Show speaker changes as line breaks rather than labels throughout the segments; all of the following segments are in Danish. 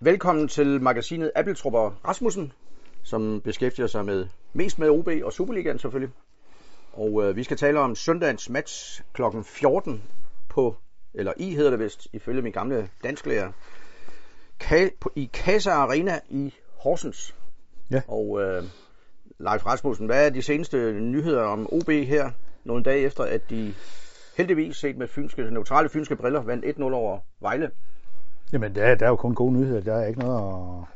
Velkommen til magasinet Appeltrup og Rasmussen, som beskæftiger sig med mest med OB og Superligaen selvfølgelig. Og øh, vi skal tale om søndagens match kl. 14 på, eller i hedder det vist, ifølge min gamle dansklærer, ka- på, i Kasa Arena i Horsens.
Ja.
Og øh, Leif Rasmussen, hvad er de seneste nyheder om OB her, nogle dage efter, at de heldigvis set med fynske, neutrale fynske briller vandt 1-0 over Vejle?
Jamen, der, er- der er jo kun gode nyheder. Der er ikke noget at...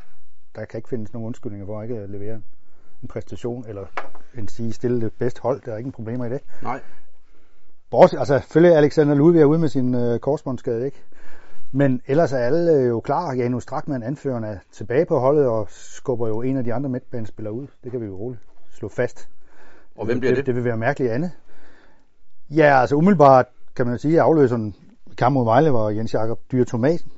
Der kan ikke findes nogen undskyldninger for ikke at levere en præstation, eller en sige stille det bedste hold. Der er ingen problemer i det.
Nej.
Bortset, altså, selvfølgelig er Alexander Ludvig er ude med sin øh, korsbåndsskade, ikke? Men ellers er alle øh, jo klar. Janus Strakman, anføreren, er tilbage på holdet og skubber jo en af de andre midtbanespillere ud. Det kan vi jo roligt slå fast.
Og hvem bliver det?
Det, det vil være mærkeligt andet. Ja, altså umiddelbart kan man jo sige, at afløseren i kamp mod Vejle var Jens Jakob Dyr Tomasen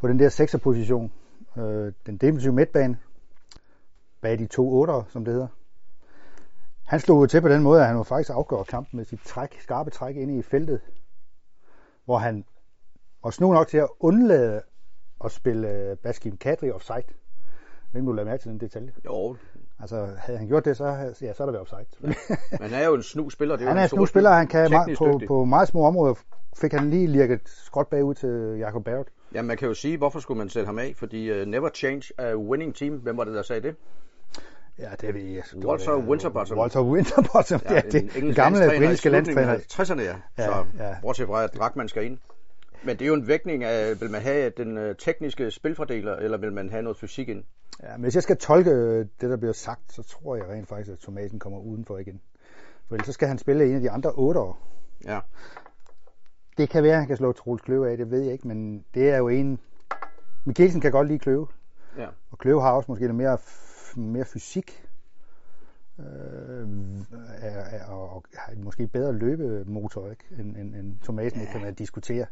på den der sekserposition. Øh, den defensive midtbane bag de to otter, som det hedder. Han slog jo til på den måde, at han jo faktisk afgjorde kampen med sit træk, skarpe træk inde i feltet, hvor han var snu nok til at undlade at spille Baskim Kadri offside. Hvem du lade mærke til den detalje?
Jo,
Altså, havde han gjort det, så, havde- ja, så er der været offside.
man er jo en snu spiller. Det er jo
Han
en
er
stor
nu spiller, han kan meget,
Teknisk
på,
dygtig.
på meget små områder fik han lige lirket skråt bagud til Jacob Barrett.
Jamen, man kan jo sige, hvorfor skulle man sætte ham af? Fordi uh, never change a winning team. Hvem var det, der sagde det?
Ja, det er vi. det
Walter
var det.
Winterbottom.
Walter Winterbottom, ja, det er den gamle britiske landstræner.
i slutningen af 60'erne, ja.
Ja,
Så
ja.
bortset fra, at Drachmann skal ind. Men det er jo en vægtning af, vil man have den øh, tekniske spilfordeler, eller vil man have noget fysik ind?
Ja, men hvis jeg skal tolke øh, det, der bliver sagt, så tror jeg rent faktisk, at Tomaten kommer udenfor igen. For ellers så skal han spille en af de andre otte år.
Ja.
Det kan være, at han kan slå Troels Kløve af, det ved jeg ikke, men det er jo en... Mikkelsen kan godt lide Kløve.
Ja.
Og Kløve har også måske lidt mere, f- mere fysik. Øh, er, er, og, og har en måske bedre løbemotor, ikke? End, end, end Tomaten, det kan man diskutere.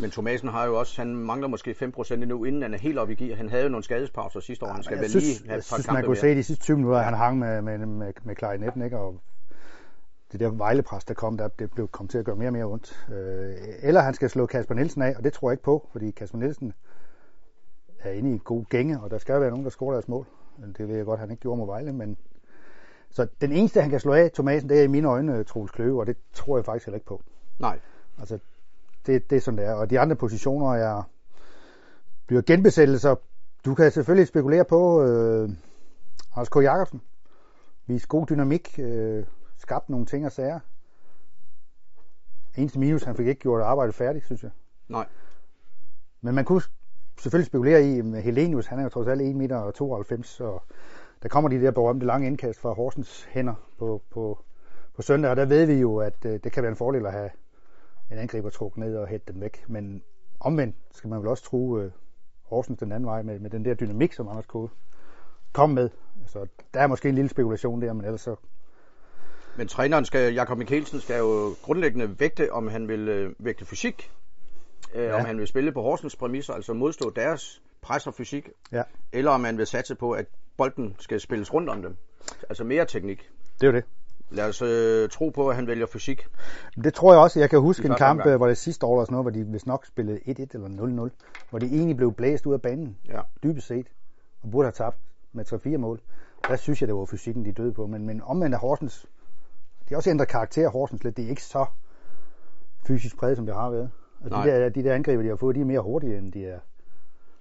Men Thomasen har jo også, han mangler måske 5% endnu, inden han er helt oppe i gear. Han havde jo nogle skadespauser sidste år, han skal
Men
vel
jeg synes,
lige have et
jeg
par
synes
kampe
man kunne
mere.
se de sidste 20 minutter, at han hang med, med, med, med klarinetten, ikke? Og det der vejlepres, der kom, der, det blev kom til at gøre mere og mere ondt. Øh, eller han skal slå Kasper Nielsen af, og det tror jeg ikke på, fordi Kasper Nielsen er inde i en god gænge, og der skal være nogen, der scorer deres mål. Det ved jeg godt, han ikke gjorde mod Vejle, men... Så den eneste, han kan slå af, Thomasen, det er i mine øjne øh, Troels Kløve, og det tror jeg faktisk heller ikke på.
Nej.
Altså, det, det er sådan, det er. Og de andre positioner er, bliver genbesættelser. Du kan selvfølgelig spekulere på øh, Anders K. Jacobsen. Vis god dynamik, øh, skabt nogle ting og sager. Eneste minus, han fik ikke gjort arbejdet færdigt, synes jeg.
Nej.
Men man kunne s- selvfølgelig spekulere i, at Helenius, han er jo trods alt 1,92 meter, så der kommer de der berømte lange indkast fra Horsens hænder på, på, på søndag, og der ved vi jo, at øh, det kan være en fordel at have en angriber trukket ned og hætte den væk. Men omvendt skal man vel også true øh, Horsens den anden vej med, med den der dynamik, som Anders Kåre kom med. Så der er måske en lille spekulation der, men ellers så
Men træneren, skal, Jakob Mikkelsen, skal jo grundlæggende vægte, om han vil øh, vægte fysik, øh, ja. om han vil spille på Horsens præmisser, altså modstå deres pres og fysik,
ja,
eller om man vil satse på, at bolden skal spilles rundt om dem. Altså mere teknik.
det er jo det.
Lad os øh, tro på, at han vælger fysik.
Men Det tror jeg også. Jeg kan huske
I
en
første
kamp,
omgang.
øh, hvor det sidste år, eller sådan noget, hvor de vist nok spillede 1-1 eller 0-0, hvor de egentlig blev blæst ud af banen,
Ja.
dybest set, og burde have tabt med 3-4 mål. Der synes jeg, det var fysikken, de døde på. Men, men omvendt er Horsens, de har også ændret karakter af Horsens lidt. Det er ikke så fysisk præget, som det har været. Altså,
Nej.
de, der, de der angriber, de har fået, de er mere hurtige, end de er.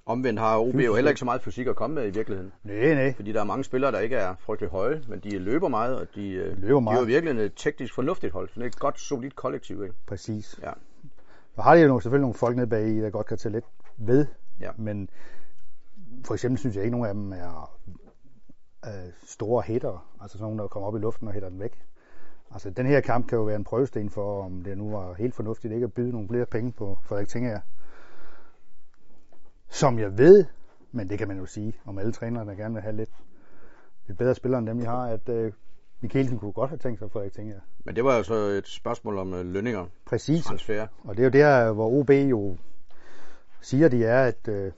Omvendt har OB jo heller ikke så meget fysik at komme med i virkeligheden.
Nej, nej.
Fordi der er mange spillere, der ikke er frygtelig høje, men de løber meget, og de, øh,
Løber
de er jo
meget.
virkelig et teknisk fornuftigt hold. Sådan et godt, solidt kollektiv, ikke?
Præcis.
Ja.
Så har de jo nogle- selvfølgelig nogle folk nede bag i, der godt kan tage lidt ved.
Ja.
Men for eksempel synes jeg ikke, at nogen af dem er øh, store hætter. Altså sådan nogen, der kommer op i luften og hætter den væk. Altså den her kamp kan jo være en prøvesten for, om det nu var helt fornuftigt ikke at byde nogle flere penge på Frederik Tinger. Som jeg ved, men det kan man jo sige om alle trænere, der gerne vil have lidt, lidt bedre spillere end dem, de har, at øh, Mikkelsen kunne godt have tænkt sig Frederik Tinger.
Men det var altså et spørgsmål om øh, lønninger,
Præcis.
transfer.
Og det er jo der, hvor OB jo siger, de er et øh,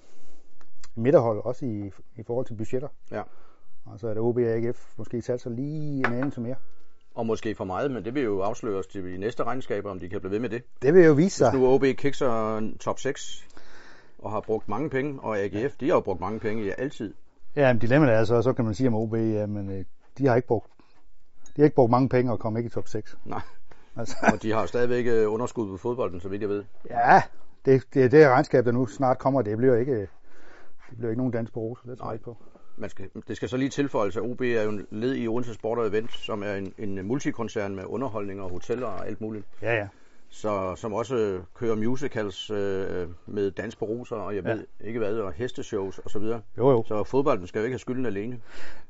midterhold, også i, i forhold til budgetter.
Ja.
Altså at OB og AGF måske satser lige en anelse mere.
Og måske for meget, men det vil jo afsløre os til de næste regnskaber, om de kan blive ved med det.
Det vil jo vise sig.
Nu er OB kikser en top 6, og har brugt mange penge, og AGF, de har jo brugt mange penge ja, altid.
Ja, men dilemmaet er så, og så kan man sige om OB, jamen, øh, de har ikke brugt, de har ikke brugt mange penge og kom ikke i top 6.
Nej.
Altså,
Og de har jo stadigvæk øh, underskud på fodbolden, så vidt jeg ved.
ja, det, det, er det regnskab, der nu snart kommer, det bliver ikke, øh, det bliver ikke nogen dans på roser, det tror
Nej.
jeg ikke på.
Man skal, det skal så lige tilføjes, at OB er jo en led i Odense Sport og Event, som er en, en multikoncern med underholdning og hoteller og alt muligt.
Ja, ja.
Så, som også øh, kører musicals øh, med dans på roser, og jeg
Ja.
ved ikke hvad, og hesteshows og Så, videre.
Jo, jo.
så fodbolden skal jo ikke have skylden alene.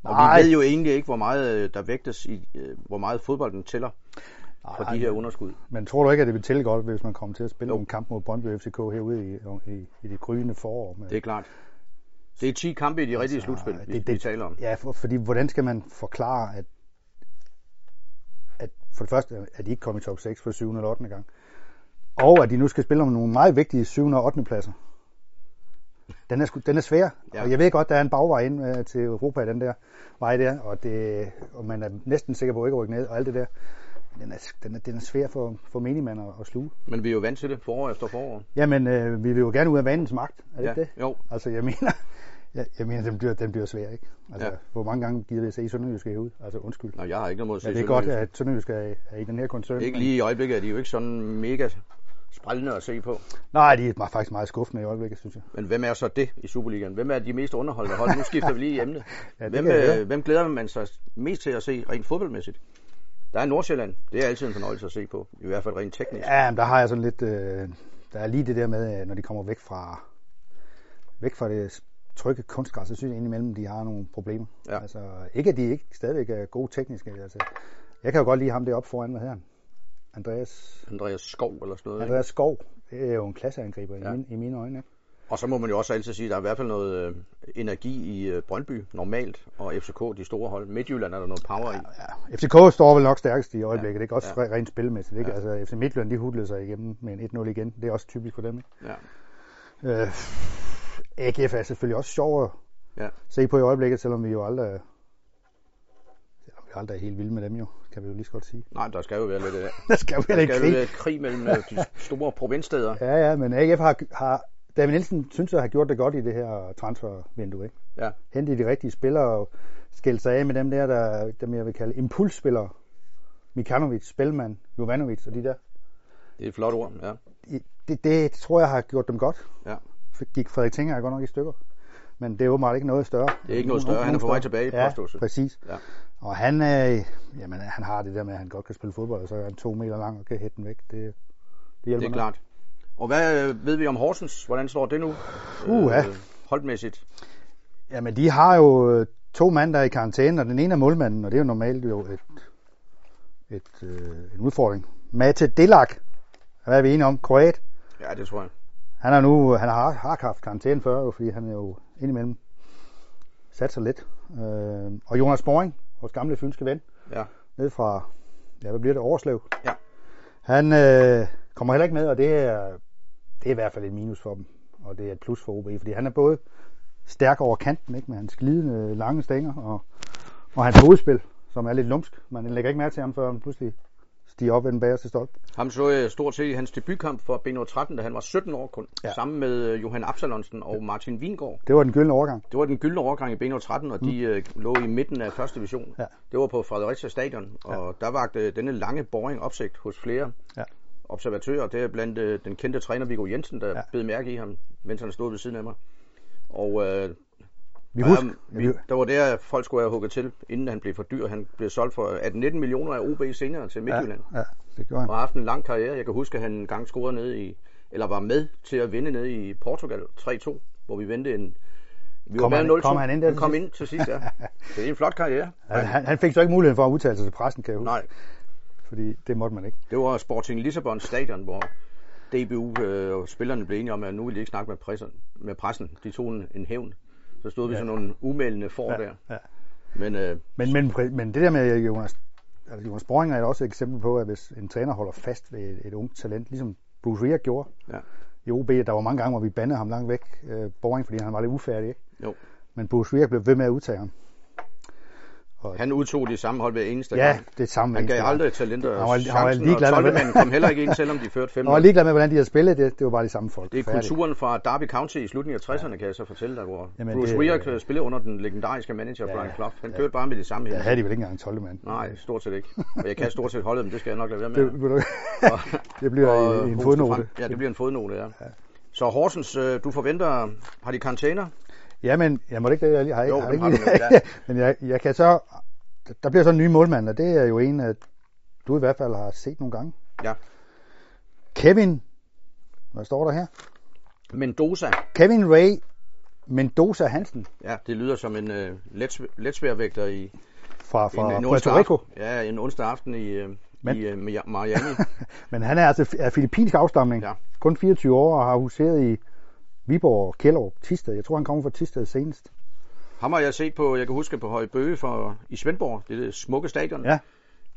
Og
Nej.
vi ved jo egentlig ikke, hvor meget øh, der vægtes i, øh, hvor meget fodbolden tæller for de her underskud.
Men tror du ikke, at det vil tælle godt, hvis man kommer til at spille
Jo.
nogle kamp mod Brøndby FCK herude i, i, i det grønne forår? Med, Ah,
Det er klart. Det er 10 kampe i
Altså,
de rigtige slutspil, vi, det, det, vi taler om.
Ja, for, fordi hvordan skal man forklare, at, at for det første, at de ikke kom i top 6 for 7. eller 8. gang, og at de nu skal spille om nogle meget vigtige 7. og 8. pladser. Den er, sgu- den er svær,
Ja.
ja. og jeg ved godt, der er en bagvej ind øh, til Europa i den der vej der, og, det, og man er næsten sikker på at ikke at rykke ned og alt det der. Den er, den er, den er svær for, for menigmand at, at sluge.
Men vi er jo vant til det forår efter forår.
Jamen, øh, vi vil jo gerne ud af vanens magt, er det ikke det?
Jo,
Altså, jeg mener, jeg, jeg mener den, bliver, den bliver svær, ikke? Altså,
Ja.
ja. hvor mange gange gider det at se Sønderjysk herude? Altså, undskyld.
Nå, jeg har ikke noget mod at se
Ja, det er godt, at Sønderjysk er, er i den her koncern.
Ikke
men-
lige i øjeblikket er de jo ikke sådan mega sprællende at se på.
Nej, de er meget- faktisk meget skuffende i øjeblikket, synes jeg.
Men hvem er så det i Superligaen? Hvem er de mest underholdende hold? Nu skifter vi lige emne.
Ja, det
hvem,
kan jeg høre.
øh, hvem glæder man sig mest til at se rent fodboldmæssigt? Der er Nordsjælland. Det er altid en fornøjelse at se på. I hvert fald rent teknisk.
Ja, men der har jeg sådan lidt... Øh, der er lige det der med, at når de kommer væk fra, væk fra det trygge kunstgræs, så synes jeg indimellem, de har nogle problemer.
Ja.
Altså, ikke at de ikke stadigvæk er gode tekniske. Altså, jeg kan jo godt lide ham deroppe foran, hvad hedder han? Andreas,
Andreas Skov eller sådan noget. Ikke?
Andreas Skov. Det er jo en klasseangriber ja.
Ja.
i, mine, i mine øjne. Ikke?
Og så må man jo også altid sige, at der er i hvert fald noget øh, energi i øh, Brøndby normalt, og FCK de store hold. Midtjylland er der noget power i.
Ja, FCK står vel nok stærkest i øjeblikket, ja. ikke? Også
Ja.
ja. rent spilmæssigt, ikke?
Ja.
Ja. Altså, FC Midtjylland, de hudlede sig igennem med en 1-0 igen. Det er også typisk for dem, ikke?
Ja.
Øh, AGF er selvfølgelig også sjov at
Ja.
ja. se på i øjeblikket, selvom vi jo aldrig er- selvom vi aldrig er helt vilde med dem jo, kan vi jo lige så godt sige.
Nej, der skal jo være lidt, øh,
Der skal vi
der
heller ikke
skal jo
krig.
være krig mellem øh, de store provinssteder.
Ja, ja, men AGF har, har David Nielsen synes jeg har gjort det godt i det her transfervindue, ikke?
Ja.
Hente de rigtige spillere og skille sig af med dem der, der dem jeg vil kalde impulsspillere. Mikanovic, Spelman, Jovanovic og de der.
Det er et flot ord, ja.
I- det, det tror jeg har gjort dem godt.
Ja.
F- Gik Frederik Tinger godt nok i stykker. Men det er åbenbart ikke noget større.
Det er ikke noget større. Han er på vej tilbage,
ja,
påstås det.
præcis.
Ja.
Ja. Og han, øh, jamen, han har det der med, at han godt kan spille fodbold, og så er han to meter lang og kan hætte den væk. Det, det hjælper
Det er
nok.
klart. Og hvad øh, ved vi om Horsens? Hvordan står det nu? Øh,
Uha.
holdmæssigt.
Jamen, de har jo øh, to mand, der er i karantæne, og den ene er målmanden, og det er jo normalt jo et, et, øh, en udfordring. Mate Delak, hvad er vi enige om? Kroat.
Ja, det tror jeg.
Han er nu, han har, har haft karantæne før, jo, fordi han er jo indimellem sat sig lidt. Øh, og Jonas Boring, vores gamle fynske ven,
Ja.
ned fra, ja, hvad bliver det, Overslev?
Ja.
Han øh, kommer heller ikke med, og det er, det er i hvert fald et minus for dem, og det er et plus for OB, fordi han er både stærk over kanten, ikke, med hans glidende lange stænger, og, og hans hovedspil, som er lidt lumsk. Man lægger ikke mærke til ham, før han pludselig stiger op ved den bagerste stolpe.
Ham så jeg stort set i hans debutkamp for B13, da han var 17 år kun. Ja.
Ja.
Sammen med øh, Johan Absalonsen og Martin Vingård.
Det var den gyldne overgang.
Det var den gyldne overgang i B13, og de øh, lå i midten af første division.
Ja.
Det var på Fredericia Stadion, og der vagte øh, denne lange boring opsigt hos flere
Ja.
observatører. Det er blandt øh, den kendte træner Viggo Jensen, der ja.
Ja.
bed mærke i ham, mens han stod ved siden af mig. Og øh,
Vi
Ja,
husker,
men vi, der var der, folk skulle have hugget til, inden han blev for dyr. Han blev solgt for 18-19 millioner af OB senere til Midtjylland. Ja.
Ja, ja, det gjorde han.
Og har haft en lang karriere. Jeg kan huske, at han en gang scorede ned i, eller var med til at vinde ned i Portugal 3-2, hvor vi vendte en... Vi
Kom han-
bagud 0-2.
kom han ind der til
kom
sidst?
ind til sidst, ja. Det er en flot karriere.
Han, han, han fik så ikke muligheden for at udtale sig til pressen, kan jeg huske,
Nej,
fordi det måtte man ikke.
det var Sporting Lissabon stadion, hvor DBU øh, og spillerne blev enige om, at nu ville de ikke snakke med pressen. Med pressen. De tog en, en hævn. Så stod vi ja.
Ja.
sådan nogle umældende for ja. der.
ja.
Men øh,
Men, men, præ- men det der med Jonas, altså Jonas Boring er jo også et eksempel på, at hvis en træner holder fast ved et, et ungt talent, ligesom Bruce Rea gjorde
Ja.
i OB, der var mange gange, hvor vi bandede ham langt væk, øh, Boring, fordi han var lidt ufærdig. Ikke?
Jo.
Men Bruce Rea blev ved med at udtage ham. Og,
Han udtog de samme hold hver eneste
ja,
gang.
det er samme.
Han gav
eneste gang.
aldrig talenter
Han var- han var
chancen, og
ligeglad med-
tolvtemanden kom heller ikke ind, selvom de førte 5
Han var ligeglad med, hvordan de havde spillet. Det, det var bare de samme folk.
Det er
Færdig.
kulturen fra Derby County i slutningen af 60'erne, kan jeg så fortælle dig, hvor
Jamen,
Bruce
det-
Weir øh, spillede under den legendariske manager Brian
ja,
Clough. Han
ja.
kørte bare med det samme
Ja,
hele.
havde de vel ikke engang 12. mand.
Nej, stort set ikke. Og jeg kan stort set holde dem, det skal jeg nok lade være med.
Det, ved du- det bliver
Og-
en, en
og-
fodnote.
Ja, det bliver en fodnote, ja. Så Horsens, øh, du forventer, har de karantæner?
Ja, men jeg må da ikke det, jeg lige har.
Jo,
har
dem
ikke
har du
lige-
nok, ja.
men jeg, jeg kan så... Der bliver så en ny målmand, og det er jo en, at du i hvert fald har set nogle gange.
Ja.
Kevin... Hvad står der her?
Mendoza.
Kevin Ray Mendoza Hansen
Ja, det lyder som en øh, let, letsværvægter i
fra,
en,
fra
en
Puerto
onsdag
Rico.
aften. Ja, en onsdag aften i, øh,
Men-
i øh, Mia- Miami.
Men han er altså af filippinsk afstamning.
Ja.
Kun 24 år og har huseret i Viborg, Kjellerup, Tisted. Jeg tror, han kommer fra Tisted senest.
Ham har jeg set på, jeg kan huske på Høje Bøge for, i Svendborg, det, er det smukke stadion,
Ja.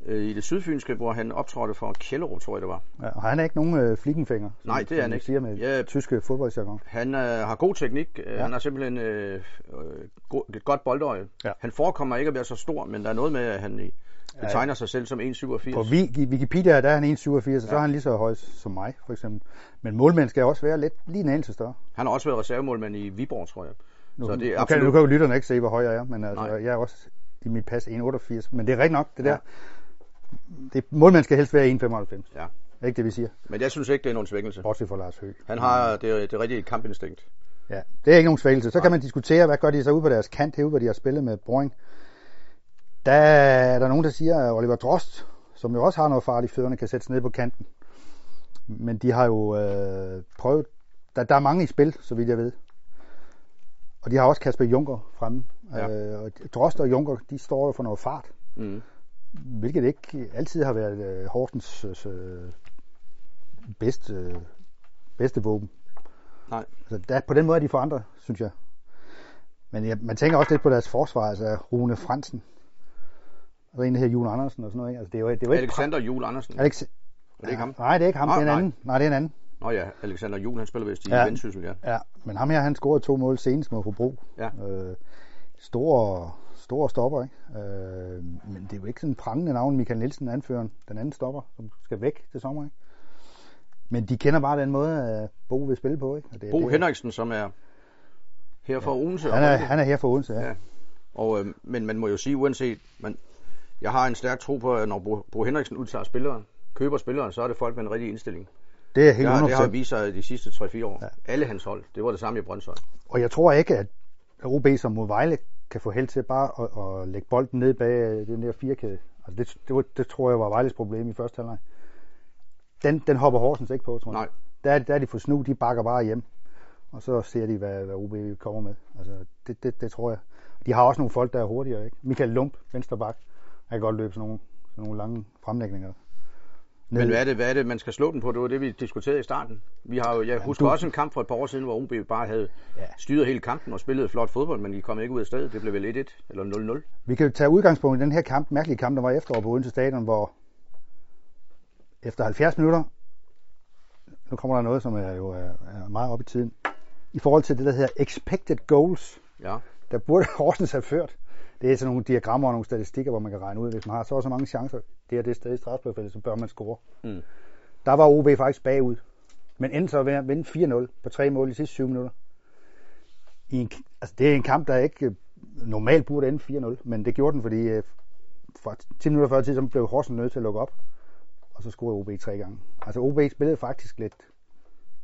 øh, i det sydfynske, hvor han optrådte for Kjellerup, tror jeg det var.
Ja, og han er ikke nogen øh, flikkenfinger, som,
Nej, det er
som
han
de
ikke.
siger med
Ja.
ja. tyske fodboldjargon.
Han øh, har god teknik, ja.
Ja.
han har simpelthen øh, øh, go- et godt boldøje.
Ja.
Han forekommer ikke at være så stor, men der er noget med, at han i, betegner sig selv som 1,87.
På Wiki- Wikipedia der er han 1,87, og så er han lige så høj som mig, for eksempel. Men målmænd skal også være lidt, lige en anelse større.
Han har også været reservemålmand i Viborg, tror jeg.
Nu,
Så det er
nu, kan,
absolut-
nu kan jo lytterne ikke se, hvor høj jeg er, men altså,
Nej.
jeg er også i mit pas 1,88. Men det er rigtigt nok, det
Ja.
der. Det, målmænd skal helst være 1,95.
Ja.
Er Ikke det, vi siger.
Men jeg synes ikke, det er nogen svækkelse.
Bortset fra Lars Høgh.
Han
Mm.
har det, det rigtige kampinstinkt.
Ja, det er ikke nogen svækkelse. Så
Nej.
kan man diskutere, hvad gør de så ude på deres kant herude, hvor de har spillet med Boring. Der er der nogen, der siger, at Oliver Drost, som jo også har noget farligt fødderne, kan sættes ned på kanten. Men de har jo øh, prøvet... Der, der er mange i spil, så vidt jeg ved. Og de har også Kasper Junker fremme.
Ja.
Ja. Øh, og Drost og Junker, de står jo for noget fart.
Mm.
Hvilket ikke altid har været øh, Horsens øh, bedste, øh, bedste våben.
Nej.
Altså, der, på den måde er de forandret, synes jeg. Men ja, man tænker også lidt på deres forsvar, altså Rune Fransen. Og så en, der hedder Jon Andersen og sådan noget. ikke? Altså, det er jo, det er jo ikke...
Alexander Jul Andersen.
Alex... Er
det ikke ham?
Nej, det er ikke ham.
Nå,
det er en
nej.
anden. Nej, det er en anden.
Nå ja, Alexander Jul, han spiller vist i ja.
Ja.
Vendsyssel, ja.
Ja, men ham her, han scorede to mål senest mod Hobro.
Ja.
Øh, store, store stopper, ikke? Øh, men det er jo ikke sådan en prangende navn, Michael Nielsen anfører den anden stopper, som skal væk til sommer, ikke? Men de kender bare den måde, at Bo vil spille på, ikke? Og det,
Bo
det,
Henriksen, som er her fra Odense.
han er,
oprindeligt.
han er her for Odense, ja.
Ja. Og, øh, men man må jo sige, uanset, man, jeg har en stærk tro på, at når Bo, Bo Henriksen udtager spillere, køber spillere, så er det folk med en rigtig indstilling.
Det er helt
Det har,
100%.
det har vist sig de sidste 3-4 år. Ja. Alle hans hold. Det var det samme i Brøndshøj.
Og jeg tror ikke, at OB som mod Vejle kan få held til bare at, at lægge bolden ned bag øh, den der firkæde. Altså det, det, var, det tror jeg var Vejles problem i første halvleg. Den, den hopper Horsens ikke på, tror jeg.
Nej.
Der, er- der er de for snu, de bakker bare hjem. Og så ser de, hvad, hvad OB kommer med. Altså det, det, det tror jeg. De har også nogle folk, der er hurtigere. Ikke? Michael Lump, venstre bak, han kan godt løbe sådan nogle, sådan nogle lange fremlægninger. Ned.
Men hvad er, det, hvad er det, man skal slå dem på? Det var det, vi diskuterede i starten. Vi har jo, jeg husker også en kamp for et par år siden, hvor OB bare havde
Ja.
styret hele kampen og spillet flot fodbold, men de kom ikke ud af stedet. Det blev vel 1-1 eller 0-0.
Vi kan jo tage udgangspunkt i den her kamp, mærkelige kamp, der var i efteråret på Odense Stadion, hvor efter 70 minutter, nu kommer der noget, som er jo er, er meget op i tiden, i forhold til det, der hedder expected goals,
Ja.
der burde Horsens have ført. Det er sådan nogle diagrammer og nogle statistikker, hvor man kan regne ud, hvis man har så og så mange chancer, det er det sted i strafbefældet, så bør man score.
Mm.
Der var OB faktisk bagud, men endte så ved at vinde 4-0 på tre mål i sidste 7 minutter. I en, altså det er en kamp, der ikke øh, normalt burde ende 4-0, men det gjorde den, fordi øh, for 10 minutter før tid, så blev Horsens nødt til at lukke op, og så scorede OB tre gange. Altså OB spillede faktisk lidt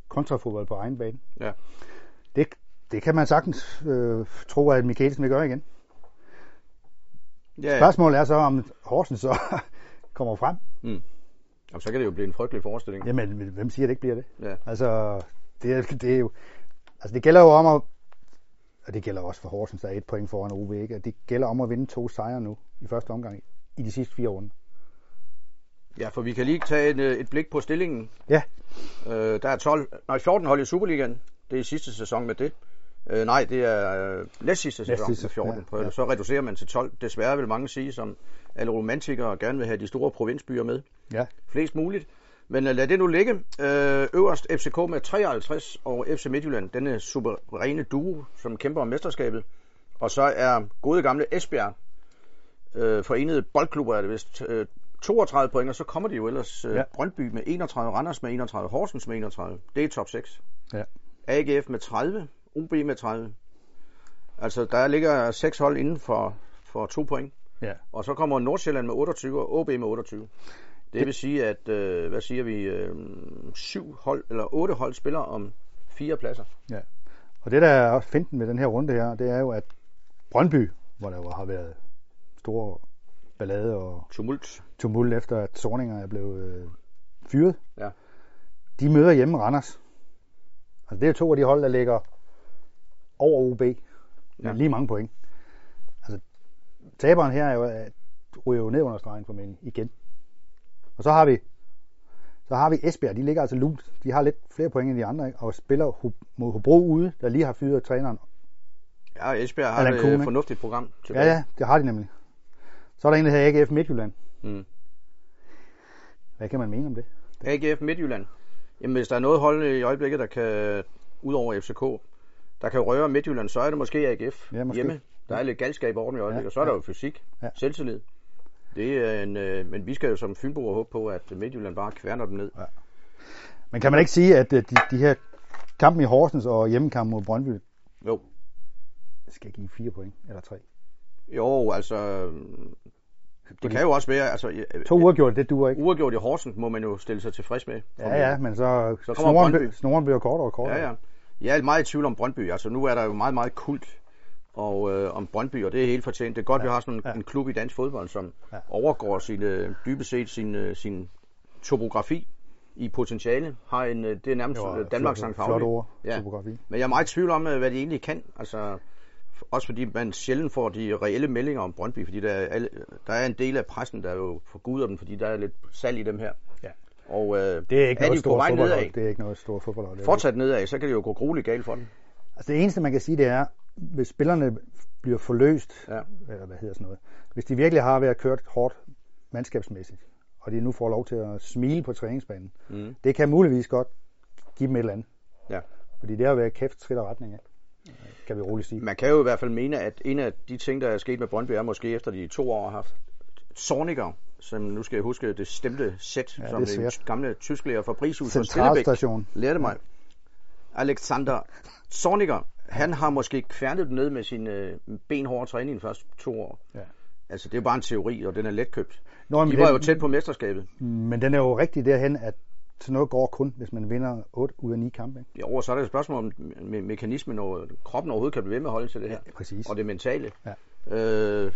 kontrafodbold på egen bane.
Ja.
Det, det kan man sagtens øh, tro, at Mikkelsen vil gøre igen.
Ja,
Spørgsmålet er så, om Horsens så kommer frem.
Jamen, så kan det jo blive en frygtelig forestilling.
Jamen, hvem siger, det ikke bliver det?
Ja.
Altså, det, er- det, er jo, altså, det gælder jo om at... Og det gælder også for Horsens, der er et point foran OB, ikke? Og det gælder om at vinde to sejre nu i første omgang i de sidste fire runder.
ja, for vi kan lige tage en, øh, et blik på stillingen.
Ja.
Øh, der er 12, nej, 14 hold i Superligaen. Det er sidste sæson med det. Øh, nej, det er øh, næst sidste sæson
sidste,
med 14. Ja,
ja,
ja.
ja.
Så reducerer man til 12. Desværre vil mange sige, som alle romantikere gerne vil have de store provinsbyer med.
Ja.
Flest muligt. Men øh, lad det nu ligge. Øh, øverst FCK med 53 og FC Midtjylland, denne suveræne duo, som kæmper om mesterskabet. Og så er gode gamle Esbjerg øh, forenede boldklubber er det vist, øh, 32 point, og så kommer de jo ellers øh,
Ja.
ja. Brøndby med 31, Randers med 31, Horsens med 31. Det er top 6.
Ja.
AGF med 30, OB med 30. Altså, der ligger seks hold inden for, for to point.
Ja.
Og så kommer Nordsjælland med 28 og OB med 28. Det vil sige, at, øh, hvad siger vi, øh, syv hold, eller otte hold spiller om fire pladser.
Og det, der er også finten med den her runde her, det er jo, at Brøndby, hvor der jo har været store ballade og
Tumult.
tumult efter, at Sorninger er blevet øh, fyret,
Ja.
de møder hjemme Randers. Altså, det er jo to af de hold, der ligger over OB med
Ja.
lige mange point. Altså, taberen her er jo, at ryger jo ned under stregen formentlig igen. Og så har vi så har vi Esbjerg, de ligger altså lunt. De har lidt flere point end de andre, ikke? og spiller Ho- mod Hobro ude, der lige har fyret træneren
Ja, Esbjerg har
Allan
et
Kuhn,
øh,
ikke?
fornuftigt program
Ja,
tilbage.
ja, det har de nemlig. Så er der en, der hedder AGF Midtjylland.
Mm.
Hvad kan man mene om det?
AGF Midtjylland. Jamen, hvis der er noget hold i øjeblikket, der kan, ud over FCK, der kan røre Midtjylland, så er det måske AGF
Ja, måske.
hjemme. Der er lidt galskab over dem i øjeblikket,
Ja,
ja, og så er der
ja.
jo fysik,
Ja.
ja. selvtillid. Det er en, øh, men vi skal jo som Fynboer håbe på, at Midtjylland bare kværner dem ned.
Men kan man ikke sige, at øh, de, de her kampen i Horsens og hjemmekampen mod Brøndby
Jo.
skal give fire point, eller tre.
Jo, altså... Det kan jo også være, altså... øh,
To uger gjorde det, duer ikke.
Uafgjort i Horsens må man jo stille sig tilfreds med.
Ja, ja, men så,
Så kommer
snoren,
Brøndby.
blev- snoren bliver kortere og kortere.
Ja, ja. Jeg er meget i tvivl om Brøndby. Altså, nu er der jo meget, meget kult og, øh, om Brøndby, og det er helt fortjent. Det er godt, ja. vi har sådan en,
ja.
ja. en klub i dansk fodbold, som
Ja.
ja. overgår sine, dybest set sin, øh, sin topografi i potentiale. Har en, øh, det er nærmest
var
jo, Danmarks
flot-
Sankt
Flot
Pauli.
ord, ja.
Ja.
topografi.
Men jeg er meget i tvivl om, øh, hvad de egentlig kan. Altså, f- også fordi man sjældent får de reelle meldinger om Brøndby, fordi der er, alle, der er en del af pressen, der jo forguder dem, fordi der er lidt salg i dem her.
Ja.
Og øh,
Det er ikke
er
noget
de på
stort
vej nedad,
fodboldhold. Det er ikke noget stort fodboldhold. det er
fortsat nedad, så kan det jo gå grueligt galt for dem.
det. Altså, det eneste, man kan sige, det er, hvis spillerne bliver forløst,
Ja.
eller hvad hedder sådan noget, hvis de virkelig har været kørt hårdt mandskabsmæssigt, og de nu får lov til at smile på træningsbanen,
Mm.
det kan muligvis godt give dem et eller andet.
Ja.
Fordi det har været kæft skridt og retning af, kan vi roligt sige.
Man kan jo i hvert fald mene, at en af de ting, der er sket med Brøndby, er måske efter de to år har haft Sorniger, som nu skal jeg huske det stemte sæt, ja,
Ja, det
som
er
den
svært.
gamle tysklærer fra Brishus og Stillebæk
Centralstation.
lærte mig. Alexander Sorniger, han har måske kværnet dem ned med sin øh, benhårde træning de første to år.
Ja.
Altså, det er jo bare en teori, og den er letkøbt.
Nå,
De
men,
var jo
den,
tæt på mesterskabet.
men den er jo rigtig derhen, at sådan noget går kun, hvis man vinder 8 ud af 9 kampe. Ikke?
Jo, og så er der et spørgsmål om me- mekanismen, og kroppen overhovedet kan blive ved med at holde til det her.
Præcis.
og det mentale.
Ja.
Øh,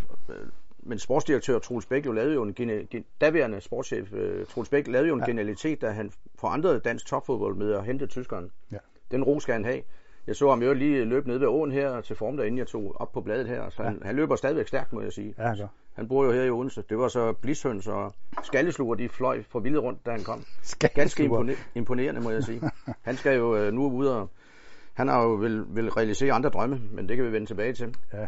men sportsdirektør Troels Bæk jo lavede jo en gene, gen, daværende sportschef øh, Troels Bæk lavede jo en
Ja.
ja. genialitet, da han forandrede dansk topfodbold med at hente tyskeren.
Ja.
Den ro skal han have. Jeg så ham jo lige løbe ned ved åen her til formiddag, inden jeg tog op på bladet her. Så han, ja. han løber stadigvæk stærkt, må jeg sige.
Ja, så.
Han bor jo her i Odense. Det var så blishøns og skallesluger, de fløj for vildt rundt, da han kom.
Skal
Ganske impone- imponerende, må jeg sige. Han skal jo øh, nu ud og... Han har jo vil, vil realisere andre drømme, men det kan vi vende tilbage til.
Ja.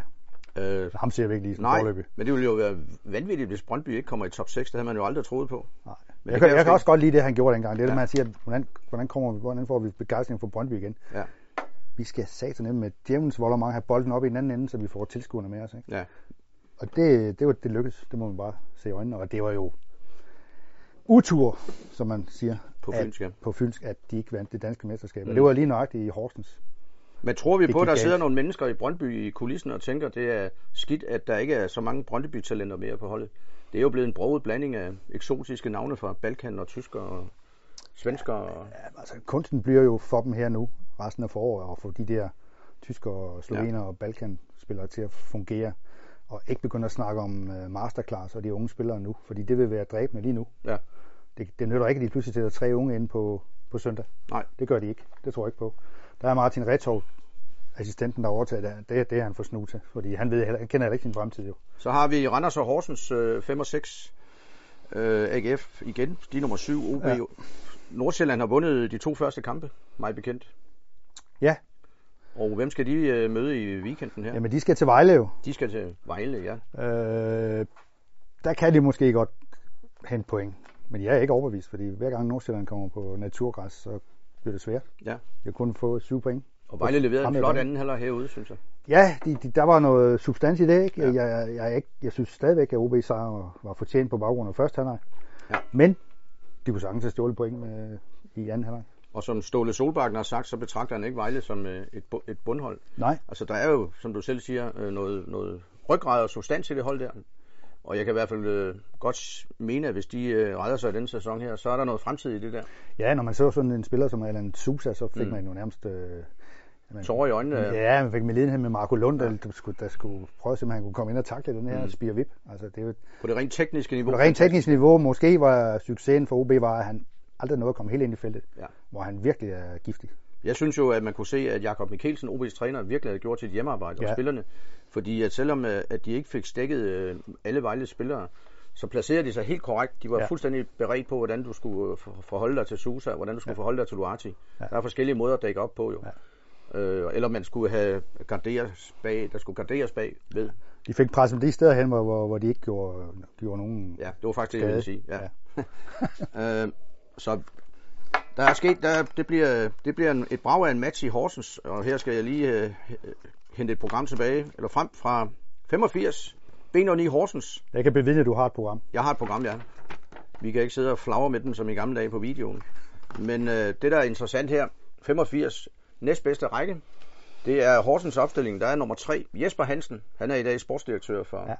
Øh,
Ham ser vi ikke lige som
Nej,
forløbig.
men det ville jo være vanvittigt, hvis Brøndby ikke kommer i top 6. Det havde man jo aldrig troet på.
Nej.
Men
jeg,
det
kan,
kan
jeg kan
også
også godt lide det, han gjorde dengang. Det er ja. det,
Ja.
man siger, hvordan, hvordan, kommer vi, hvordan får vi begejstring for Brøndby igen?
Ja.
Vi skal satan nemme med djævelens vold og mange have bolden op i den anden ende, så vi får tilskuerne med os. Ikke?
Ja.
Og det, det, var, det lykkedes. Det må man bare se i øjnene. Og det var jo utur, som man siger
På
at-
fynsk, ja.
på fynsk, at de ikke vandt det danske mesterskab. Mm.
Mm.
Det var lige nøjagtigt i Horsens.
Men tror vi
Det
på, at der
gik
sidder
galt.
nogle mennesker i Brøndby i kulissen og tænker, det er skidt, at der ikke er så mange Brøndby-talenter mere på holdet? Det er jo blevet en broget blanding af eksotiske navne fra Balkan og tysker og svensker. Og...
Ja, altså, kunsten bliver jo for dem her nu, resten af foråret, og få de der tyskere, og slovener ja. og balkanspillere til at fungere. Og ikke begynde at snakke om øh, masterclass og de unge spillere nu, fordi det vil være dræbende lige nu.
Ja.
Det, det nytter ikke, at de pludselig sætter tre unge ind på, på søndag.
Nej.
Det gør de ikke. Det tror jeg ikke på. Der er Martin Retov, assistenten, der overtager det. Det, det er han for snu til, fordi han, ved, heller- han kender heller ikke sin fremtid jo.
Så har vi Randers og Horsens øh, 5 og 6. Øh, AGF igen, de er nummer 7, OB.
Ja.
Ja. Nordsjælland har vundet de to første kampe, mig bekendt.
Ja.
Og hvem skal de øh, møde i weekenden her?
Jamen, de skal til Vejle jo.
De skal til Vejle, ja.
Øh, der kan de måske godt hente point. Men jeg er ikke overbevist, fordi hver gang Nordsjælland kommer på naturgræs, så bliver det svært.
Ja.
Jeg kunne få syv point.
Og Vejle leverede en
Fremad
flot
banen.
anden halvleg herude, synes jeg.
Ja, de, de, der var noget substans i det. Ikke? Ja. Jeg, jeg, jeg, er ikke, jeg synes stadigvæk, at OB sejr var fortjent på baggrund af første halvleg.
Ja.
Men de kunne sagtens have stjålet point med, i anden halvleg.
Og som Ståle Solbakken har sagt, så betragter han ikke Vejle som øh, et, bu- et bundhold.
Nej.
Altså der er jo, som du selv siger, øh, noget, noget ryggrad og substans i det hold der. Og jeg kan i hvert fald øh, godt s- mene, at hvis de øh, redder sig i den sæson her, så er der noget fremtid i det der.
Ja, når man så sådan en spiller som Alan Sousa, så fik mm. man jo nærmest... Øh, man,
Tårer i øjnene. øh,
Ja, man fik medlidenhed med Marco Lund, der, der, skulle, der skulle prøve at se, om han kunne komme ind og takle den her mm. spirvip. Altså, det er jo
På det rent tekniske niveau.
på det rent teknisk niveau. Måske var succesen for OB, var, at han aldrig nåede at komme helt ind i feltet,
Ja.
hvor han virkelig er giftig.
Jeg synes jo, at man kunne se, at Jakob Mikkelsen, OB's træner, virkelig havde gjort sit hjemmearbejde ja.
Ja.
og spillerne. Fordi at selvom øh, at de ikke fik stækket øh, alle Vejles spillere, så placerede de sig helt korrekt. De var ja.
Ja.
fuldstændig beredt på, hvordan du skulle øh, for- forholde dig til Sousa, og hvordan du skulle ja. forholde dig til Luati. Ja. Der er forskellige måder at dække op på jo. Ja. Øh, eller man skulle have garderes bag, der skulle garderes bag ved.
De fik presset de steder hen, hvor, hvor, hvor de ikke gjorde, gjorde nogen...
Ja, det var faktisk det, jeg ville
Skade.
sige. Ja. Ja. øh, så der er sket, der, det bliver, det bliver en, et brag af en match i Horsens, og her skal jeg lige øh, øh, hente et program tilbage, eller frem fra 85, B09 Horsens.
Jeg kan bevidne, at du har et program.
Jeg har et program, ja. Vi kan ikke sidde og flagre med den, som i gamle dage på videoen. Men øh, det, der er interessant her, 85, næstbedste række, det er Horsens opstilling. Der er nummer 3, Jesper Hansen. Han er i dag sportsdirektør for, ja.
Ja.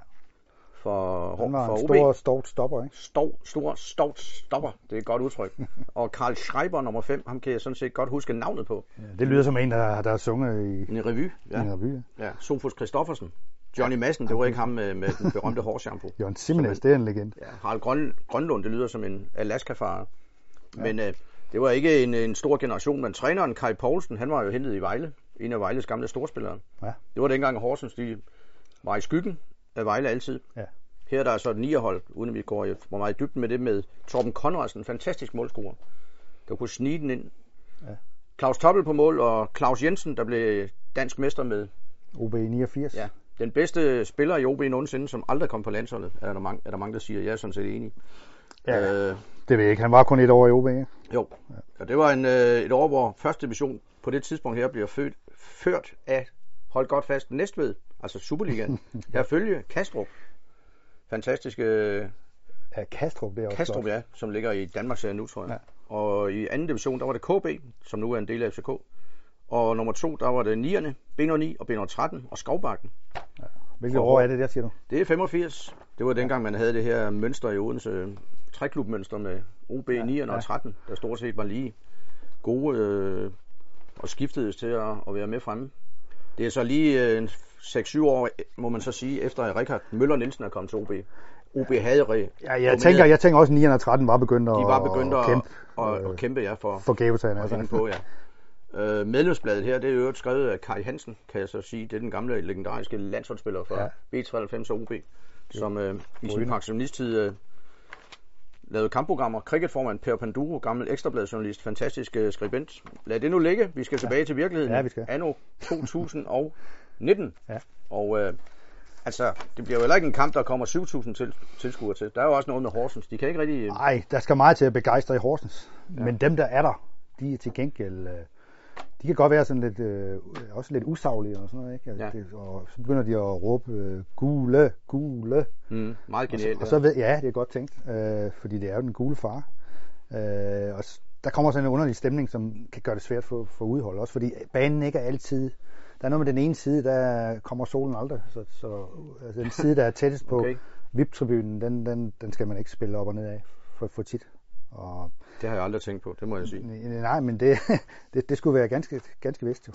for,
Han var
for
en
OB.
stor, stort stopper, ikke?
Stov, stor, stovt stopper. Det er et godt udtryk. Og Karl Schreiber, nummer 5, ham kan jeg sådan set godt huske navnet på.
Ja, det lyder som en, der, der har sunget i
En revy,
ja. en
ja.
revy.
ja. Sofus Christoffersen. Johnny Madsen, det var ikke ham med, med den berømte hårshampoo.
Jørgen Simenes, det er en legende.
Ja, Harald Grøn, Grønlund, det lyder som en Alaska-fare. Men øh, det var ikke en, en stor generation, men træneren Kai Poulsen, han var jo hentet i Vejle. En af Vejles gamle storspillere.
Ja.
Det var dengang Horsens, de var i skyggen af Vejle altid.
Ja.
Her er der så et nierhold, uden at vi går i- for meget i dybden med det, med Torben Konradsen, en fantastisk målscorer, der kunne snige den ind.
Ja.
Claus Toppel på mål, og Claus Jensen, der blev dansk mester med.
OB 89.
Ja. Den bedste spiller i OB nogensinde, som aldrig kom på landsholdet, er der mange, er der mange der siger. Jeg er sådan set enig.
ja.
Øh,
Det ved jeg ikke. Han var kun et år i OB, ikke?
Jo, og det var en, øh, et år, hvor første division på det tidspunkt her bliver født, ført af, hold godt fast, Næstved, altså Superligaen. Der følge Kastrup. Fantastiske øh,
Ja, Kastrup, det er også
Kastrup,
flot.
ja, som ligger i Danmarks serie nu, tror jeg.
Ja.
Og i anden division, der var det KB, som nu er en del af FCK. Og nummer to, der var det Nierne, B09 og B13 og Skovbakken.
Hvilket
Og-
år er det der, siger du?
Det er 85. Det var dengang, man havde det her mønster i Odense. øh, Træklubmønster med OB 9 og 13, der stort set var lige gode øh, og skiftedes til at, at være med fremme. Det er så lige øh, en 6-7 år, øh, må man så sige, efter at Richard Møller Nielsen er kommet til OB. OB havde re-
Ja, jeg, tænker, jeg tænker også, at 9 og 13 var begyndt at,
de var begyndt at,
at kæmpe Øh.
at, at, at kæmpe ja, for,
for Gabetøjen.
og hende på, ja. Øh, medlemsbladet her, det er i øvrigt skrevet af Kai Hansen, kan jeg så sige. Det er den gamle legendariske landsholdsspiller fra ja. B93 og OB, som øh, i sin pensionisttid øh, lavede kampprogrammer. Cricketformand Per Panduro, gammel ekstrabladjournalist, fantastisk øh, skribent. Lad det nu ligge. Vi skal tilbage ja. til virkeligheden.
Ja, vi skal.
Anno 2019.
Ja.
Og øh, altså, det bliver jo heller ikke en kamp, der kommer 7.000 til, tilskuere til. Der er jo også noget med Horsens. De kan ikke rigtig... Øh,
Nej, der skal meget til at begejstre i Horsens. Ja. Men dem, der er der, de er til gengæld... øh, De kan godt være sådan lidt, øh, også lidt usaglige og sådan noget, ikke? Altså,
Ja.
det, og så begynder de at råbe, øh, gule, gule.
mm, meget genialt.
Og så ved, ja, det er godt tænkt, øh, fordi det er jo den gule far. Øh, og s- der kommer sådan en underlig stemning, som kan gøre det svært for, for udhold, også fordi banen ikke er altid... Der er noget med den ene side, der kommer solen aldrig, så, så altså den side, der er tættest på
Okay.
okay. VIP-tribunen, den, den, den skal man ikke spille op og ned af for, for tit. Og,
Det har jeg aldrig tænkt på, det må jeg sige.
nej, nej, men det, det, det skulle være ganske, ganske vist jo.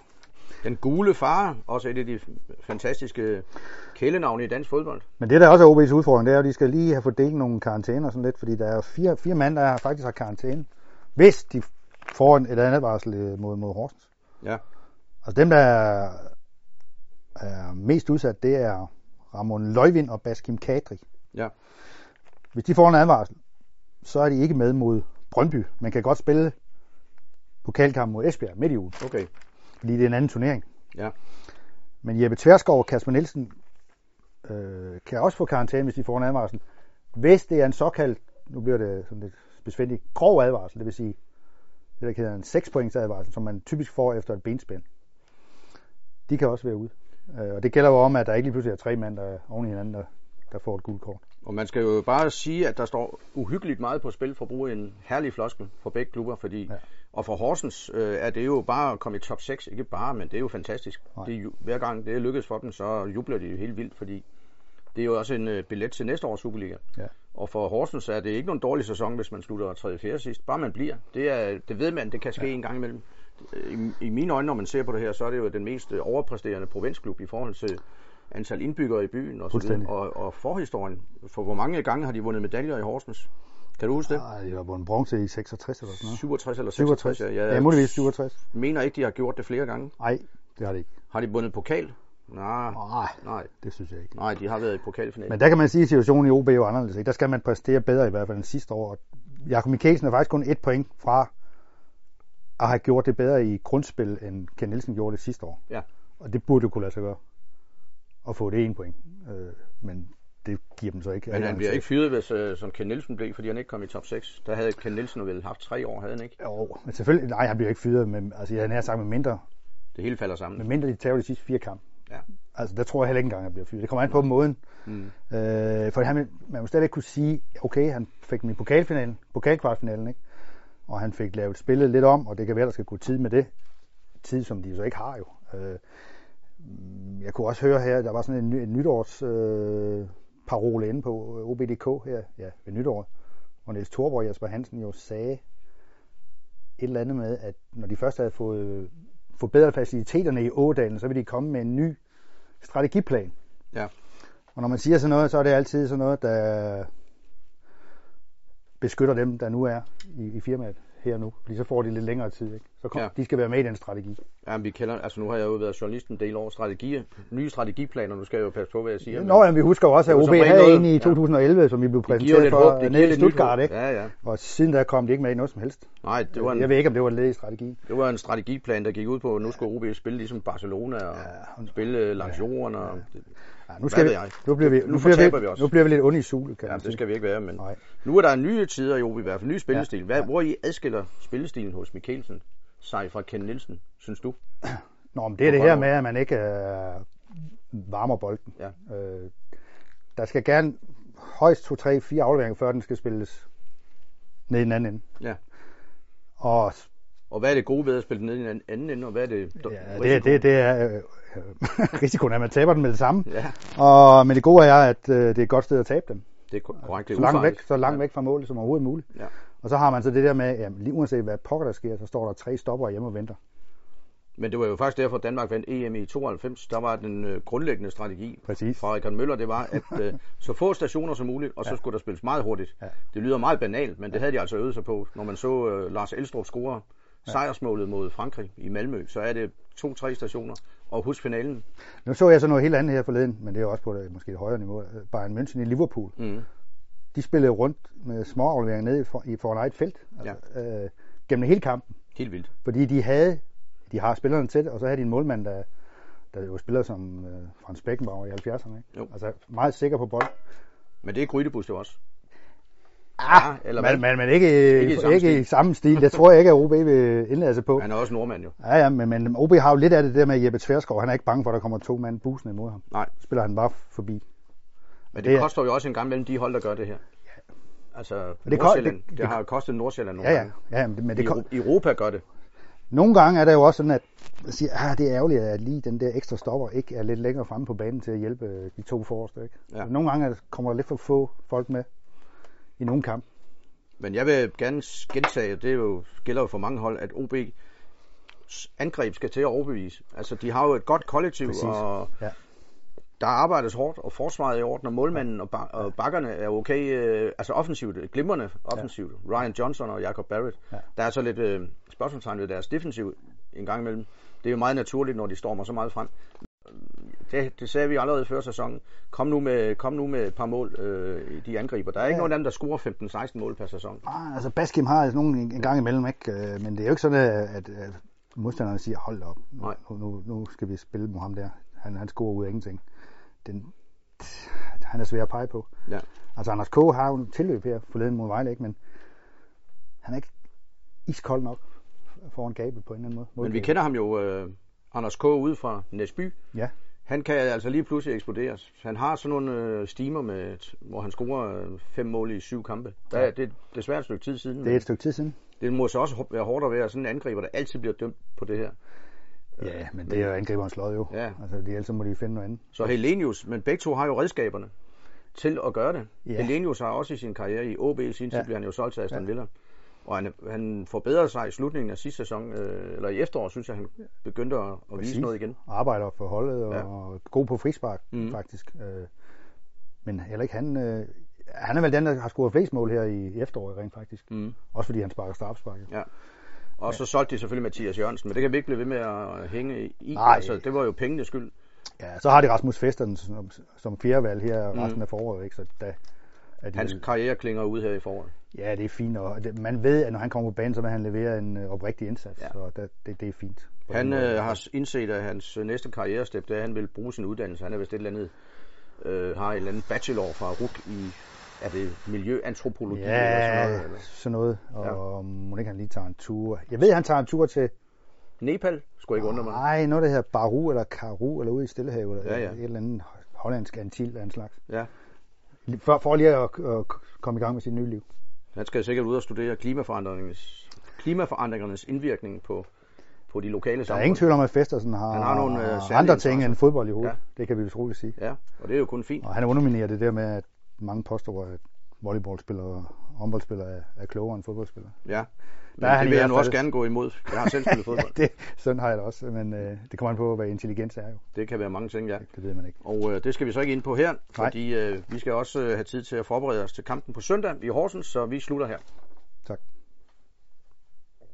Den gule far, også et af de fantastiske kælenavne i dansk fodbold.
Men det, der også er OB's udfordring, det er, at de skal lige have fordelt nogle karantæner sådan lidt, fordi der er jo fire, fire mand, der faktisk har karantæne, hvis de får en, et advarsel øh, mod, mod Horsens.
Ja.
Altså dem, der er, er mest udsat, det er Ramon Løjvind og Baskim Kadri.
Ja.
Hvis de får en advarsel, så er de ikke med mod Brøndby. Man kan godt spille pokalkampen mod Esbjerg midt i ugen,
Okay.
fordi det er en anden turnering.
Ja.
Men Jeppe Tverskov og Kasper Nielsen øh, kan også få karantæne, hvis de får en advarsel. Hvis det er en såkaldt, nu bliver det sådan lidt besvindeligt, grov advarsel, det vil sige, det der hedder en 6 points advarsel, som man typisk får efter et benspænd. De kan også være ude. Øh, og det gælder jo om, at der ikke lige pludselig er tre mænd, der er oven i hinanden, der, der får et gult kort.
Og man skal jo bare sige, at der står uhyggeligt meget på spil for at bruge en herlig floskel for begge klubber, fordi ja. og for Horsens øh, er det jo bare at komme i top 6, ikke bare, men det er jo fantastisk.
Nej.
Det, er jo- hver gang det lykkes for dem, så jubler de jo helt vildt, fordi det er jo også en øh, billet til næste års Superliga.
Ja.
Og for Horsens er det ikke nogen dårlig sæson, hvis man slutter 3. 4. sidst. Bare man bliver. Det, er, det ved man, det kan ske ja. en gang imellem. Øh, I, I mine øjne, når man ser på det her, så er det jo den mest øh, overpræsterende provinsklub i forhold til antal indbyggere i byen og, så videre.
Fuldstændig.
og, og forhistorien. For hvor mange gange har de vundet medaljer i Horsens? Kan du huske det?
Nej, det var på en bronze i 66 eller sådan noget.
67 eller 66?
67?
ja.
ja muligvis 67.
mener ikke, de har gjort det flere gange.
Nej, det har det ikke.
Har de vundet pokal? Nej,
Nej,
nej,
det synes jeg ikke.
nej, de har været i pokalfinalen.
Men der kan man sige, at situationen i OB er jo anderledes. Ikke? Der skal man præstere bedre i hvert fald end sidste år. Og Jakob Mikkelsen er faktisk kun et point fra at have gjort det bedre i grundspil, end Ken Nielsen gjorde det sidste år.
Ja.
Og det burde jo kunne lade sig gøre. At få det ene point. Øh, men det giver dem så ikke. Altså,
Men han
adgang
bliver
til-
ikke fyret, hvis, øh, som Ken Nielsen blev, fordi han ikke kom i top 6. Der havde Ken Nielsen jo vel haft tre år, havde han ikke?
Jo, men selvfølgelig. Nej, han bliver ikke fyret. Men altså, jeg havde nær sagt, med mindre,
Det hele falder sammen.
med mindre de tager de sidste fire kampe.
Mm. Ja.
Altså, der tror jeg heller ikke engang, at han bliver fyret. Det kommer an på måden.
Mm.
Øh, for han, man må stadigvæk kunne sige, okay, han fik den i pokalfinalen, pokalkvartfinalen, ikke? Og han fik lavet spillet lidt om, og det kan være, der skal gå tid med det. Tid, som de jo så ikke har jo. Øh, mm, jeg kunne også høre her, der var sådan en, ny- en nytårs øh, parole inde på øh, OBDK her, ja, ved nytår, hvor Niels Thorborg og Jesper Hansen jo sagde et eller andet med, at når de først havde fået forbedret faciliteterne i Ådalen, så ville de komme med en ny strategiplan.
Ja.
Og når man siger sådan noget, så er det altid sådan noget, der beskytter dem, der nu er i, i firmaet her nu. Fordi så får de lidt længere tid. Ikke? Så kom,
Ja.
ja. de skal være med i den strategi.
Jamen, vi kender, altså nu har jeg jo været journalist en del år, strategier, nye strategiplaner, nu skal jeg jo passe på, hvad jeg siger. men
Nå, jamen, vi husker jo også, at
Det er jo
OB
som regel
havde
noget-
en i
ja.
2011, som vi blev
det giver jo
præsenteret
lidt
for
håb,
øh,
det
nede
giver
i
lidt nyt håb.
Stuttgart. Ikke?
Ja, ja.
Og siden der kom de ikke med i noget som helst.
Nej, det var, en,
Jeg ved ikke, om det var et led i strategi.
det var en strategiplan, der gik ud på, at nu skulle OB spille ligesom Barcelona og
Ja.
spille øh, langs jorden. Og,
Ja, nu,
Hvad
skal vi,
ved jeg?
nu, bliver vi,
Nu
nu, bliver
fortaber
vi,
vi os.
nu bliver vi lidt onde i sule, kan
ja,
man
det
sige.
skal vi ikke være, men
Nej.
nu er der nye tider i OB i hvert fald, ny spillestil. Hvad,
Ja.
Hvor I adskiller spillestilen hos Mikkelsen sig fra Ken Nielsen, synes du?
Nå, men det er det
Hvorfor
her
nu?
med, at man ikke øh, varmer bolden.
Ja.
Øh, der skal gerne højst 2, 3, 4 afleveringer, før den skal spilles ned i den anden ende.
Ja.
Og
Og hvad er det gode ved at spille den ned i den anden ende, og hvad er det?
ja,
risikoen?
det, det, det er øh, øh, risikoen, er, at man taber den med det samme.
Ja,
Og, men det gode er, at øh, det er et godt sted at tabe den.
det er kor- korrekt. Det er
Så langt, væk,
ufarligt.
så langt væk fra målet som overhovedet muligt.
Ja.
Og så har man så det der med, at lige uanset hvad pokker der sker, så står der tre stopper hjemme og venter.
Men det var jo faktisk derfor, at Danmark vandt EM i 92. Der var den øh, grundlæggende strategi
Præcis.
fra Rikard Møller, det var, at øh, så få stationer som muligt, og så skulle der spilles meget hurtigt.
Ja.
Det lyder meget banalt, men det havde de altså øvet sig på. Når man så øh, Lars Elstrup score sejrsmålet mod Frankrig i Malmø, så er det to-tre stationer. Og husk finalen.
Nu så jeg så noget helt andet her forleden, men det er jo også på et, måske et højere niveau. Øh, Bayern München i Liverpool.
Mm.
De spillede rundt med små afleveringer ned i for, i foran eget felt. Altså, øh, gennem hele kampen.
Helt vildt.
Fordi de havde, de har spillerne til det, og så havde de en målmand, der, der jo spiller som øh, Frans Beckenbauer i 70'erne. Ikke?
Jo.
Altså meget sikker på bold.
Men det er Grydebus jo også.
Ah,
eller hvad?
men, men, men ikke,
Ikke i samme
ikke, ikke i samme stil. Det tror jeg ikke, at OB vil indlade sig på.
Han er også nordmand jo.
Ja, ja, men, men OB har jo lidt af det der med Jeppe Tverskov. Han er ikke bange for, at der kommer to mand busende imod ham.
Nej.
Så spiller han bare forbi.
Men det,
Det er-
koster jo også en gang mellem de hold, der gør det her. Altså,
det
det,
ko-
Nordsjælland,
det-
det, det,
det-
har kostet Nordsjælland nogle
Ja, ja.
gange.
ja men det, men det,
I
kom-
Euro- Europa gør det.
nogle gange er det jo også sådan, at man siger, ah, det er ærgerligt, at lige den der ekstra stopper ikke er lidt længere fremme på banen til at hjælpe øh, de to forreste. Ikke?
Ja.
Ja. Nogle gange er det- kommer der lidt for få folk med i nogle kampe.
Men jeg vil gerne gentage, og det er jo, gælder jo for mange hold, at OB's angreb skal til at overbevise. Altså, de har jo et godt kollektiv,
Præcis.
og
Ja.
der arbejdes hårdt, og forsvaret er i orden, og målmanden og, bak- og bakkerne er okay, øh, altså offensivt, øh, glimrende offensivt. Ja. Ryan Johnson og Jacob Barrett.
Ja.
Ja. Der er så lidt øh, spørgsmålstegn ved deres defensiv en gang imellem. Det er jo meget naturligt, når de stormer så meget frem. Det, det sagde vi allerede før sæsonen. Kom nu med, kom nu med et par mål, øh, de angriber. Der er ikke
Ja.
nogen af dem, der scorer 15-16 mål per sæson.
Ah, altså Baskim har altså nogen en en gang imellem, ikke? Øh, men det er jo ikke sådan, at, at, at modstanderne siger, hold da op, nu,
Nej.
nu, nu, nu skal vi spille mod ham der. Han, han scorer ud af ingenting. Den, han er svær at pege på.
Ja.
Altså Anders K. har jo en tilløb her forleden mod Vejle, ikke? men han er ikke iskold nok foran gabet på en eller anden måde.
Men vi kender ham jo, øh, Anders K. ude fra Næsby.
Ja.
Han kan altså lige pludselig eksplodere. Han har sådan nogle øh, stimer, med, hvor han scorer øh, fem mål i syv kampe. Der, ja. Det er desværre et stykke tid siden.
Det er et stykke tid siden.
Det må så også være hårdt at være sådan en angriber, der altid bliver dømt på det her.
Ja, men Øh, det er jo angriberens lod jo.
Ja.
Altså, de, ellers så må de finde noget andet.
Så Helenius, men begge to har jo redskaberne til at gøre det.
Ja.
Ja. Helenius har også i sin karriere i OB i sin tid,
Ja.
ja. bliver han jo solgt til Aston ja. Villa. Og han, han forbedrede sig i slutningen af sidste sæson, øh, eller i efteråret, synes jeg, han begyndte at, at vise noget igen.
Arbejder for holdet og,
Ja.
og god på frispark, mm.
Mhm.
faktisk. Øh, men heller ikke han... Øh, han er vel den, der har scoret flest mål her i i efteråret, rent faktisk.
Mhm.
Også fordi han sparker strafspark. jo.
Og så solgte de selvfølgelig Mathias Jørgensen, men det kan vi ikke blive ved med at øh, hænge i.
Nej.
Altså, det var jo pengenes skyld.
Ja, så har de Rasmus Festeren som, som fjerdevalg her resten af foråret, ikke? Så da, er de,
Mhm. Hans karriere klinger ud her i foråret.
Ja, det er fint. Og det, man ved, at når han kommer på banen, så vil han levere en øh, oprigtig indsats. Ja.
Ja.
Så der, det, det er fint. På den
Han
måde.
øh, har indset, at hans øh, næste karrierestep, det er, at han vil bruge sin uddannelse. Han er vist et eller andet, øh, har en eller anden bachelor fra RUK i, er det miljøantropologi eller sådan noget?
Ja,
Eller?
sådan noget. Og ja.
Ja.
må ikke han lige tager en tur. Jeg ved, at han tager en tur til...
Nepal skulle ikke undre mig.
Nej, noget, der hedder Baru eller Karu, eller ude i Stillehavet, eller
Ja, ja.
et eller andet hollandsk antil af en slags.
Ja.
For, for lige at øh, komme i gang med sit nye liv.
Han skal sikkert ud og studere klimaforandringernes, klimaforandringernes indvirkning på, på de lokale
Der er
samfund.
ingen tvivl om, at Festersen har,
Han har nogle, øh, særlige
andre ting end
interesser.
fodbold i hovedet. Ja.
Ja.
Det kan vi vist roligt sige.
Ja, og det er jo kun fint.
Og han underminerer det der med, at mange påstår, at volleyballspillere og håndboldspillere er, er klogere end fodboldspillere.
Ja. Men
Der er
det
han i
vil jeg
hvert
nu
fald-
også gerne gå imod. Jeg har selv spillet fodbold.
ja, det, sådan har jeg det også, men øh, det kommer an på, hvad intelligens er jo.
Det kan være mange ting, ja.
Det ved man ikke.
Og øh, det skal vi så ikke ind på her, fordi øh, vi skal også øh, have tid til at forberede os til kampen på søndag i Horsens, så vi slutter her.
Tak.